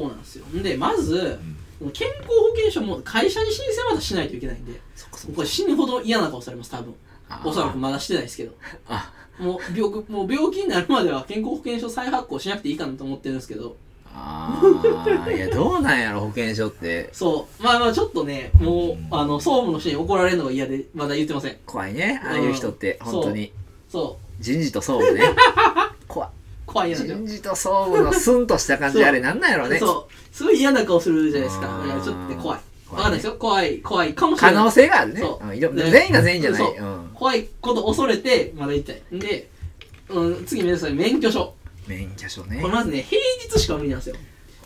S1: そうなんですよでまず
S2: な。うん。
S1: 健康保険証も会社に申請まだしないといけないんで
S2: そっかそっ
S1: こ
S2: か
S1: れ。死ぬほど嫌な顔されます多分
S2: あー
S1: おそらく。まだしてないですけど
S2: あ、
S1: もう病もう病気になるまでは健康保険証再発行しなくていいかなと思ってるんですけど
S2: あーいや、どうなんやろ、保険証って。
S1: そうまあまあちょっとねもうあの総務の人に怒られるのが嫌でまだ言ってません
S2: 怖いね、ああいう人って、
S1: うん
S2: 本当に。
S1: そう
S2: 人事と総 務ね。怖い。
S1: 怖い嫌なんだよ
S2: 人事と総務のスンとした感
S1: そ
S2: じ、
S1: う
S2: あれなんなんやろね。
S1: そう。すごい嫌な顔するじゃないです
S2: あ
S1: か。
S2: ー
S1: いやちょっとね怖い。わ
S2: 怖
S1: か
S2: い
S1: んないですよ。怖い、怖いかもしれ
S2: 可
S1: ない。
S2: 能性があるね。
S1: そうん
S2: いろ
S1: で
S2: 全員が全員じゃない。
S1: そう
S2: うん。
S1: 怖いこと恐れて、まだ言いたい。んで、うん、次皆さん、免許証。
S2: 免許証ね
S1: これ。まずね、平日しか無理なんですよ。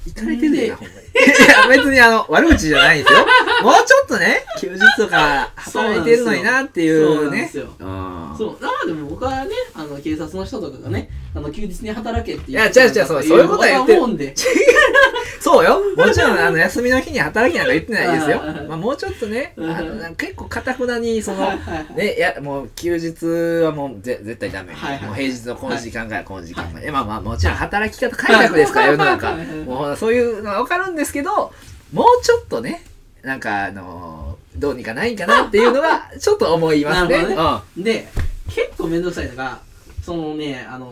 S2: いかれてるよな、ほんまに。いや、別にあの、悪口じゃない んですよ。もうちょっとね、休日とか働いてるのになってい
S1: そう
S2: う
S1: なんで
S2: ね。
S1: すよ。
S2: あ
S1: そう。まあでも僕はね、あの、警察の人とかがね、あの、休日に働けって
S2: いや違う違うそうそういうことは言ってる
S1: 思うんで。
S2: そうよ。もちろん、あの、休みの日に働きなんか言ってないですよ
S1: うん。
S2: まあ、もうちょっとね、あ
S1: うん
S2: の、なんか結構、かたくなに、その
S1: はいはいは、い
S2: ね、いや、もう、休日はもう、ぜ絶対ダメ。
S1: はいはい
S2: もう、平日のこの時間からこの時間まで。えまあまあ、もちろん、働き方改革ですから、世の中
S1: はいはい。
S2: もう、そういうのはわかるんですけど、もうちょっとね、なんか、あの、どうにかないんかなっていうの は、ちょっと思いますね。
S1: なるほど
S2: うん
S1: で、結構めんどくさいのが、そのね、あの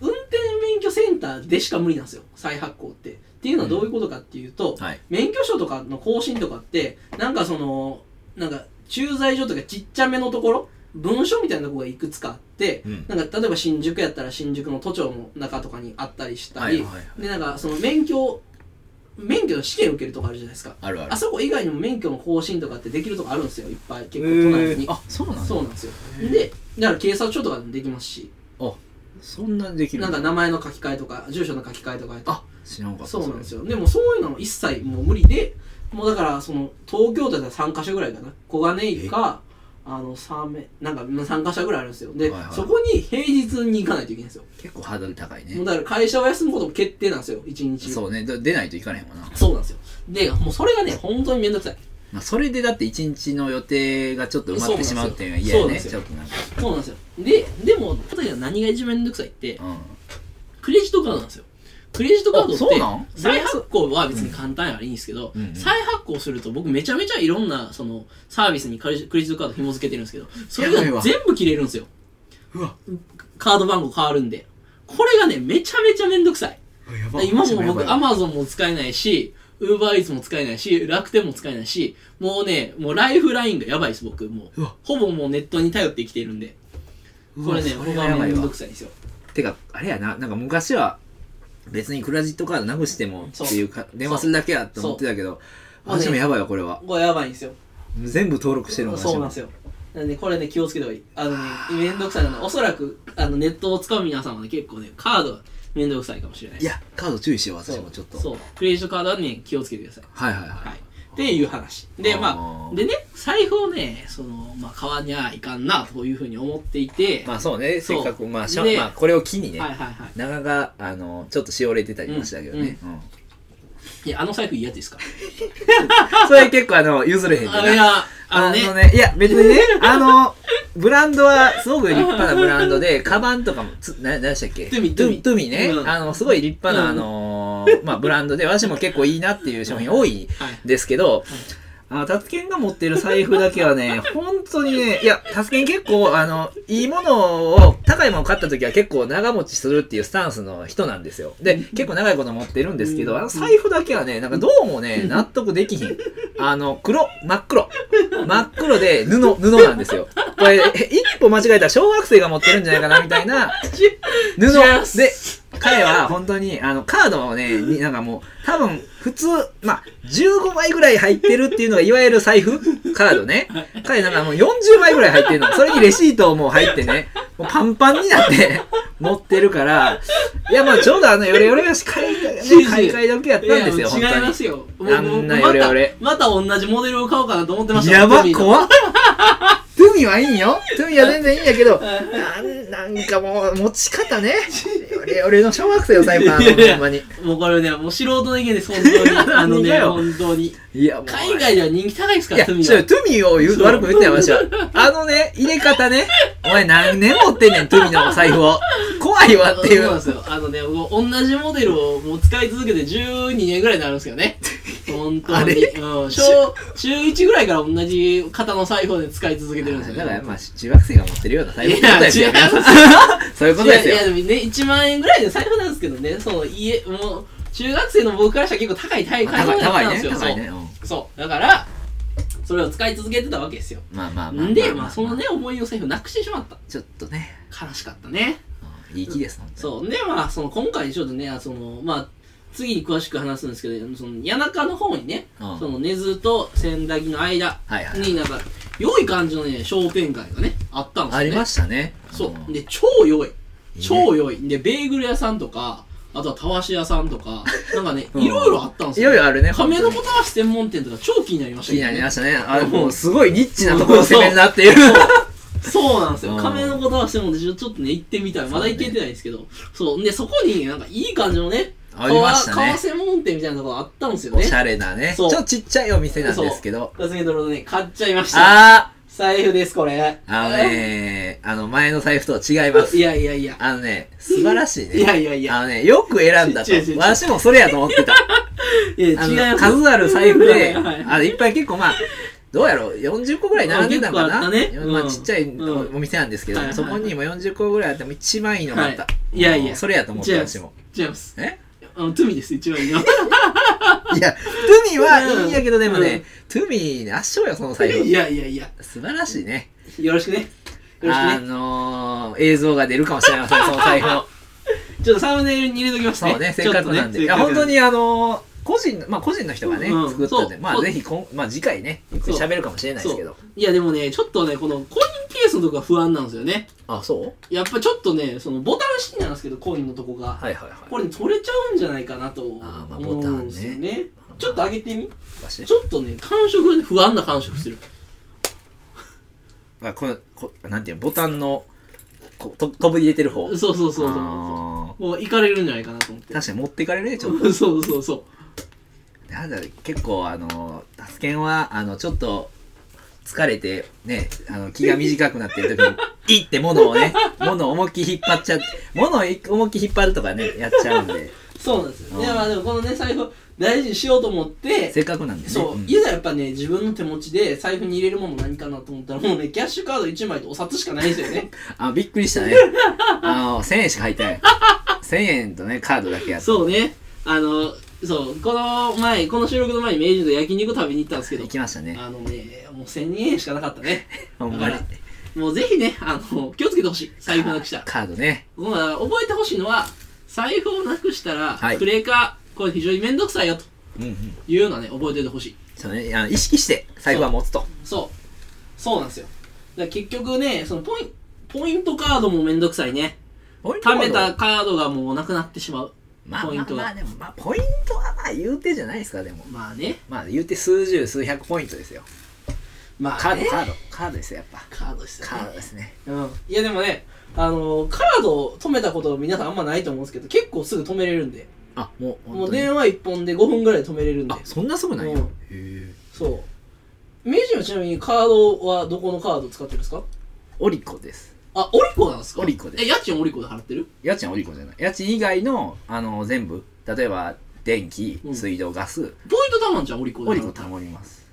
S1: 運転免許センターでしか無理なんですよ。再発行って。っていうのはどういうことかっていうと、
S2: はい。
S1: 免許証とかの更新とかってなんかそのなんか駐在所とかちっちゃめのところ文書みたいなとこがいくつかあって、
S2: うん
S1: なんか例えば新宿やったら新宿の都庁の中とかにあったりした
S2: は
S1: り、
S2: いはいはい
S1: でなんかその免許免許の試験受けるとこあるじゃないですか
S2: あるある
S1: あ。そこ以外にも免許の更新とかってできるとこあるんですよいっぱい結
S2: え
S1: 構都内に、
S2: ーあ、そうなんだ
S1: そうなんですよでだから警察署とかでもできますし
S2: そんなにできる
S1: なんか名前の書き換えとか住所の書き換えとかやったら
S2: あ、知らんかった。
S1: そうなんですよでもそういうのも一切もう無理でもうだからその東京都だったら3カ所ぐらいかな小金井かあの三名なんか3カ所ぐらいあるんですよで、
S2: はいはい
S1: そこに平日に行かないといけないんですよ、
S2: 結構ハードル高いね
S1: もう。だから会社を休むことも決定なんですよ1日
S2: そうね、だ出ないといかないもんな。
S1: そうなんですよでもうそれがね本当にめんどくさい
S2: まあ、それでだって一日の予定がちょっと埋まってしまうっていうのは嫌
S1: そう
S2: や
S1: なん
S2: ね、
S1: です
S2: ち
S1: よ
S2: ょっとなんか。
S1: そうなんですよででも例えば何が一番めんどくさいってクレジットカードなんですよクレジットカード
S2: あそうな
S1: っ
S2: ん
S1: て再発行は別に簡単やからいいんですけど、
S2: うんうん
S1: 再発行すると僕めちゃめちゃいろんなそのサービスにクレジクレジットカード紐付けてるんですけどそれ
S2: やばい
S1: が
S2: わ
S1: 全部切れるんですよ
S2: うん。うわ、
S1: カード番号変わるんでこれがねめちゃめちゃめんどくさい
S2: や
S1: だから今も僕 Amazon も使えないし UberEats も使えないし楽天も使えないしもうねもうライフラインがやばいです僕もう
S2: うわ
S1: ほぼもうネットに頼って生きてるんでこれね
S2: こ
S1: 僕
S2: れが
S1: は
S2: やば
S1: め
S2: い
S1: んど
S2: わ
S1: く。さいんですよ
S2: てか、あれやな、なんか昔は別にクレジットカードなくしてもっていうか、電話するだけやと思ってたけど、
S1: そう
S2: 私もやばいわ、これは。
S1: これやばいんですよ
S2: 全部登録してるもん、
S1: そうなんです
S2: よ。
S1: よなんでこれね気をつけた方がいいあのねめんどくさいのでおそらくあのネットを使う皆さんはね結構ねカードはめんどくさいかもしれない
S2: いや、カード注意しよう、
S1: そう
S2: 私もちょっと。
S1: そうクレジットカードはね気をつけてください
S2: はいはい
S1: は
S2: はいい。
S1: っていう話でま
S2: あ
S1: あ
S2: ー
S1: でね財布をねそのまあ買わにゃいかんなというふうに思っていて、
S2: まあそうね、
S1: そう
S2: せっかく、まあ、しゃ
S1: で
S2: まあこれを機にね、
S1: はいはいはい
S2: 長が、あの、ちょっとしおれてたりもしたけどね。うん
S1: いやあの財布いいやつですか
S2: それ結構あの、譲れへんねん
S1: あ
S2: ない
S1: やあのね
S2: いや、別 にね、あの、ブランドはすごく立派なブランドで、カバンとかもつ、な、何でしたっけ
S1: トゥミ
S2: トゥミ。
S1: ト
S2: トゥミね
S1: う。ん
S2: あの、すごい立派な、
S1: う
S2: あ
S1: ん
S2: の ー、まあ、ブランドで、私も結構いいなっていう商品多い
S1: はい
S2: ですけど、あの、タツケンが持ってる財布だけは ね、本当にね、いや、タツケン結構、あの、いいものを、高いものを買った時は結構長持ちするっていうスタンスの人なんですよ。で、結構長いこと持ってるんですけ
S1: う
S2: ど、
S1: ん
S2: あの財布だけはね、なんかどうもね、納得できひん。あの、黒、真っ黒。真っ黒で布、布なんですよ。これ、え一歩間違えたら小学生が持ってるんじゃないかな、みたいな、布で、彼は本当に、あの、カードを ね、になんかもう、多分、普通、まあ、15枚ぐらい入ってるっていうのが、いわゆる財布カードね。彼なんかもう40枚ぐらい入ってるの。それにレシートも入ってね、もうパンパンになって、 持ってるから、いや、まあ、ちょうどあの、ヨレヨレがし、買い、ね、買い替え時やったんですよ、
S1: い
S2: 本
S1: や違い
S2: 当
S1: ま
S2: に。
S1: すよ
S2: あんなヨレヨレ
S1: またまた同じモデルを買おうかなと思ってました
S2: やば
S1: トミーの
S2: 怖っトゥミはいいんよトゥミは全然いいんやけど、なんなんかもう、持ち方ね。俺、俺の小学生よ、サイパン。
S1: いやいや
S2: ほんまに。
S1: もうこれね、もう素人の意見です、 本当に。あの
S2: 何
S1: ね、
S2: がよ
S1: 本当に。
S2: いや、もう
S1: 海外では人気高いですか
S2: い
S1: ら、
S2: や、
S1: ト
S2: ち
S1: ミ
S2: ょ、
S1: は。
S2: トゥミを言
S1: そう
S2: う、悪く言ってない、私は。あのね、入れ方ね。お前何年持ってんねん、トゥミのお財布を。怖いわってい
S1: そうなん
S2: う
S1: で。すよ。あのね、僕同じモデルをもう使い続けて12年ぐらいになるんですけど ね。本当
S2: あ
S1: に。
S2: れ
S1: うん、小、中1ぐらいから同じ型の裁縫で使い続けてるんですよね。
S2: だから、まあ、中学生が持ってるような財布ってことです
S1: いや
S2: よ。
S1: 違います
S2: そういうことですよ
S1: い。やいやでもね1万円ぐらいで財布なんですけどねその家もう中学生の僕からしたら結構高い買い買い
S2: 高
S1: 物
S2: い、
S1: だっ
S2: 高
S1: たんで
S2: い
S1: す
S2: ね。
S1: よ、
S2: 高いね。うん
S1: そうそうだからそれを使い続けてたわけですよ
S2: まあまあまあ。
S1: んで、まあ、そのね、思いの財布なくしてしまった。
S2: ちょっとね、
S1: 悲しかったね。
S2: うんいい気です、本当に
S1: そう。で、まあ、その、今回ちょっとね、その、まあ、次に詳しく話すんですけど、その、谷中の方にね、
S2: うん
S1: その、根津と千駄木の間
S2: はいはい。
S1: になんか、良い感じのね、商店街がね、あったんですよ、ね。
S2: ありましたね。
S1: そう。
S2: ん
S1: で、超良い。
S2: いね
S1: 超良い。で、ベーグル屋さんとか、あとはたわし屋さんとか、なんかね、
S2: うん
S1: いろいろあったんです
S2: い
S1: よ。
S2: ろいろあるね。
S1: 亀の子
S2: 本当に
S1: たわし専門店とか超気になりました
S2: 気になりま
S1: し
S2: したね。あ
S1: うん
S2: もうすごいニッチなところを攻めるなっていう。
S1: た。そうなんですよ。
S2: うん
S1: 亀の子たわし専門店ちょちょっとね、行ってみたい。まだ行けてないんですけど。そう。で、そこになんかいい感じのね、
S2: ありました
S1: 革革
S2: ね。
S1: 専門店みたいなところあったんですよ
S2: お
S1: ね。
S2: しゃれなね。ち
S1: そう
S2: ょっとちっちゃいお店なんですけど。
S1: だけどね、買っちゃいました。
S2: あ
S1: 財布です、これ。
S2: ー、あのね、あの前の財布とは違います
S1: い。やいやいや。
S2: あのね、素晴らしいね。
S1: いやいやいや
S2: あのね、よく選んだと
S1: 違う違う違。う
S2: 私もそれやと思ってた。
S1: いや
S2: あ
S1: 違いま
S2: の、
S1: す。
S2: 数ある財布で、
S1: はいはい
S2: あの、いっぱい結構まあ、どうやろう、40個ぐらい並んでたのか
S1: あ
S2: な。
S1: 結構あったね
S2: ま
S1: う
S2: あ、
S1: ん
S2: ちっちゃい
S1: うん
S2: お店なんですけど、
S1: はいはい
S2: そこにも40個ぐらいあっても一番いいのがあった。
S1: はやいや
S2: もうそれやと思って
S1: 違う
S2: 私も。
S1: 違います。
S2: え
S1: あの、トゥミです、一番いいの。
S2: いや、トゥミはいいんやけど、でも
S1: うん
S2: ね、トゥミ圧勝よ、その財
S1: い
S2: 布。
S1: やいやいや。
S2: 素晴らしいね。
S1: よろしくね。よろしく
S2: あ
S1: ね。
S2: のー、映像が出るかもしれません、その財布の。
S1: ちょっとサムネイルに入れときますね。
S2: そうね、せ
S1: ち
S2: っ
S1: ょ
S2: か
S1: と
S2: く
S1: ね
S2: なんで。
S1: せ
S2: い
S1: っか
S2: や、
S1: く
S2: 本当にあのー、個人の、まあ個人の人がね、
S1: うん
S2: 作ったんで、
S1: そう
S2: ま
S1: そ
S2: あ
S1: う
S2: ぜひこん、まあ次回ね、ゆっくり喋るかもしれないですけど。
S1: いやでもね、ちょっとね、このコインケースのとこが不安なんですよね。
S2: あ、そう
S1: やっぱちょっとね、そのボタン式なんですけど、コインのとこが。
S2: はいはいはい。
S1: これ、取れちゃうんじゃないかなと思
S2: あーまあ
S1: うんですよね。
S2: ボタンね
S1: ちょっと上げてみ。
S2: わし
S1: ちょっとね、感触がね、不安な感触する。
S2: あこのこなんていうのボタンのこうと飛ぶ入れてる方
S1: そうそうそうそうそう。
S2: あ
S1: もう行かれるんじゃないかなと思っ
S2: ー
S1: て。
S2: 確かに持っていかれるねちょっ
S1: そうそうそうそう。
S2: となんだろう結構あのタスケンはあのちょっと疲れてねあの気が短くなってる時に 「い」って物をね物を思いっきり引っ張っちゃって物を思いっきり引っ張るとかねやっちゃうんで
S1: そうなんですよ。
S2: うん
S1: いやまあでもこのね、財布大事にしようと思って、
S2: せっかくなんでね
S1: そう、
S2: ん
S1: いざやっぱね自分の手持ちで財布に入れるもの何かなと思ったらもうねキャッシュカード1枚とお札しかないですよね
S2: あびっくりしたねあの1000円しか入ってない1000円とねカードだけやっ て
S1: そうねあのそうこの前この収録の前に明治の焼肉食べに行ったんですけど
S2: 行きましたね
S1: あのねもう1000円しかなかったね
S2: ほんまに
S1: だからもうぜひねあの気をつけてほしい財布なくしたら
S2: カードね
S1: まあ覚えてほしいのは財布をなくしたら、
S2: はい
S1: クレカこれ非常に面倒くさいよと
S2: うんうん
S1: いうのはね覚えておいてほしい
S2: そうねあの意識して財布は持つと
S1: そうそうなんですよだから結局ねそのポインポイントカードもめんどくさいね貯めたカードがもうなくなってしまう
S2: まあ
S1: ポイントが
S2: まあまあでもまあポイントはまあ言うてじゃないですかでも
S1: まあね
S2: まあ言うて数十数百ポイントですよ
S1: ま
S2: カ
S1: あ
S2: ード
S1: ね
S2: カードカードですよやっぱ
S1: カードですよ、ね、
S2: カードですね
S1: うんいやでもねあのカードを止めたこと皆さんあんまないと思うんですけど結構すぐ止めれるんで
S2: あもう
S1: もう電話1本で5分ぐらいで止めれるんで
S2: あそんなすぐないよ
S1: うん
S2: へえ
S1: そう明治はちなみにカードはどこのカード使ってるんですか
S2: オリコです
S1: あオリコなんですか
S2: オリコです
S1: え家賃オリコで払ってる
S2: 家賃はオリコじゃない家賃以外のあの全部例えば電気
S1: うん
S2: 水道ガス
S1: ポイントたまんじゃんオリコで
S2: オリコ
S1: 払ったら
S2: 貯まります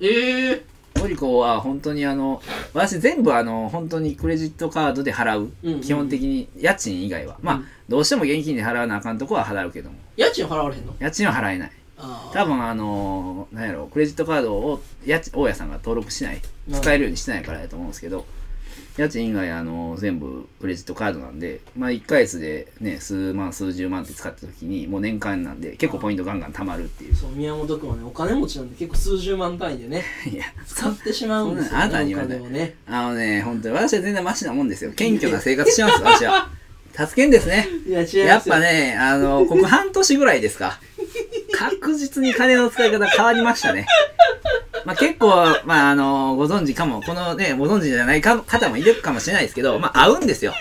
S1: ええ
S2: オリコは本当にあの私全部あの本当にクレジットカードで払う、
S1: うんうん
S2: 基本的に家賃以外はまあ、
S1: うん
S2: どうしても現金で払わなあかんとこは払うけども
S1: 家賃払われへんの
S2: 家賃は払えない
S1: あ
S2: 多分あのー、なんやろクレジットカードを家賃大家さんが登録しない
S1: うん
S2: 使えるようにしてないからやと思うんですけど家賃以外あのー全部クレジットカードなんでまあ1ヶ月でね数万数十万って使った時にもう年間なんで結構ポイントガンガン貯まるっていう
S1: そう宮本君はねお金持ちなんで結構数十万単位でね
S2: いや
S1: 使ってしまうんですよ、ね、
S2: そんなのあなたに
S1: お
S2: 言わな
S1: 金
S2: い
S1: をね
S2: あのね本当に私は全然マシなもんですよ謙虚な生活してます私は助けんですね
S1: いや違いますよ
S2: やっぱね あのーここ半年ぐらいですか確実に金の使い方変わりましたね。まあ、結構、まあ、あの、ご存知かも、このね、ご存知じゃないか方もいるかもしれないですけど、まあ、合うんですよ。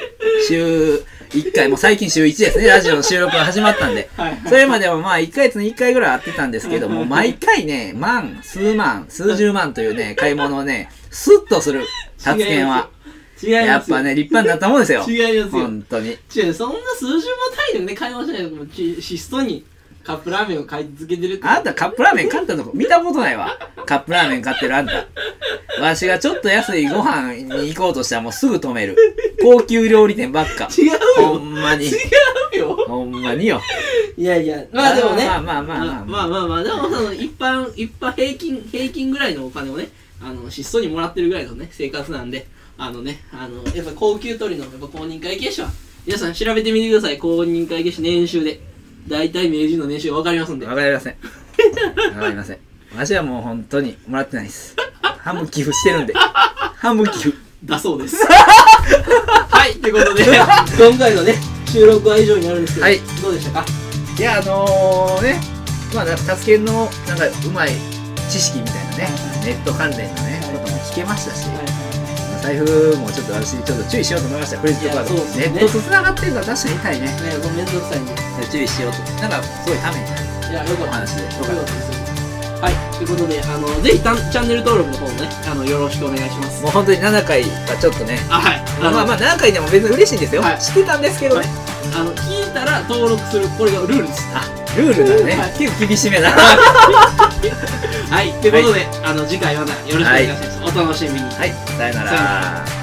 S2: 週1回、もう最近週1ですね、ラジオの収録が始まったんで。
S1: はいはい
S2: それまではまあ1ヶ月に1回ぐらい会ってたんですけども、毎回ね、万、数万、数十万というね、買い物をね、スッとする、達見
S1: 違い
S2: は。
S1: ますよ。違い
S2: や
S1: ま
S2: っ
S1: すよ
S2: ぱね、立派になったもんですよ。
S1: 違いますよ
S2: 本当に。
S1: 違う、そんな数十万単位でね、買い物しないでもうち質素にカップラーメンを買い続けてるって。
S2: あんたカップラーメン買ったとこ見たことないわ。カップラーメン買ってるあんた。わしがちょっと安いご飯に行こうとしたらもうすぐ止める。高級料理店ばっか。
S1: 違うよ。
S2: ほんまに。
S1: 違うよ。
S2: ほんまによ。
S1: いやいや、まあでもね。
S2: まあまあまあまあ
S1: まあまあまあ、でもその一般、一般平均、平均ぐらいのお金をね、あの、質素にもらってるぐらいのね、生活なんで、あのね、あの、やっぱ高級鳥の、やっぱ公認会計士は、皆さん調べてみてください。公認会計士年収で。大体名人の年収わかりますんで。
S2: わかりません。わかりません。わしはもう本当にもらってないです。半分寄付してるんで。半分寄付。
S1: だそうです。はい、ということで、今回のね、収録は以上になるんですけど、
S2: はい
S1: どうでしたか
S2: いや、あのー、ね、まあ、なんか助けの、なんか、うまい知識みたいなね、ネット関連のね、ことも聞けましたし、財布もちょっと私、ちょっと注意しようと思いました、クレジットカード。
S1: いやそうですね
S2: ネットと繋がってるから確かに痛いね。
S1: ね、ごめんなさいね。
S2: 注意しようと。なんか、すごいためになる
S1: いや、よか
S2: お
S1: った。
S2: 話で。よ
S1: よ
S2: か
S1: か
S2: っ
S1: ったです。はい、ということで、あの、ぜひたチャンネル登録の方もね、あの、よろしくお願いしま
S2: た
S1: す。
S2: もう本当に7回はちょっとね、
S1: あ、はい。
S2: まあまあまあ、7回でも別に嬉しいんですよ。
S1: はい
S2: 知ってたんですけどね。
S1: あの、聞いたら登録する。これがルールです。
S2: あ、ルールだね
S1: はい。
S2: 結構厳しめな。
S1: はい、ということで、あの、次回またよろしくお願いします。お楽しみに。
S2: はい、さよなら。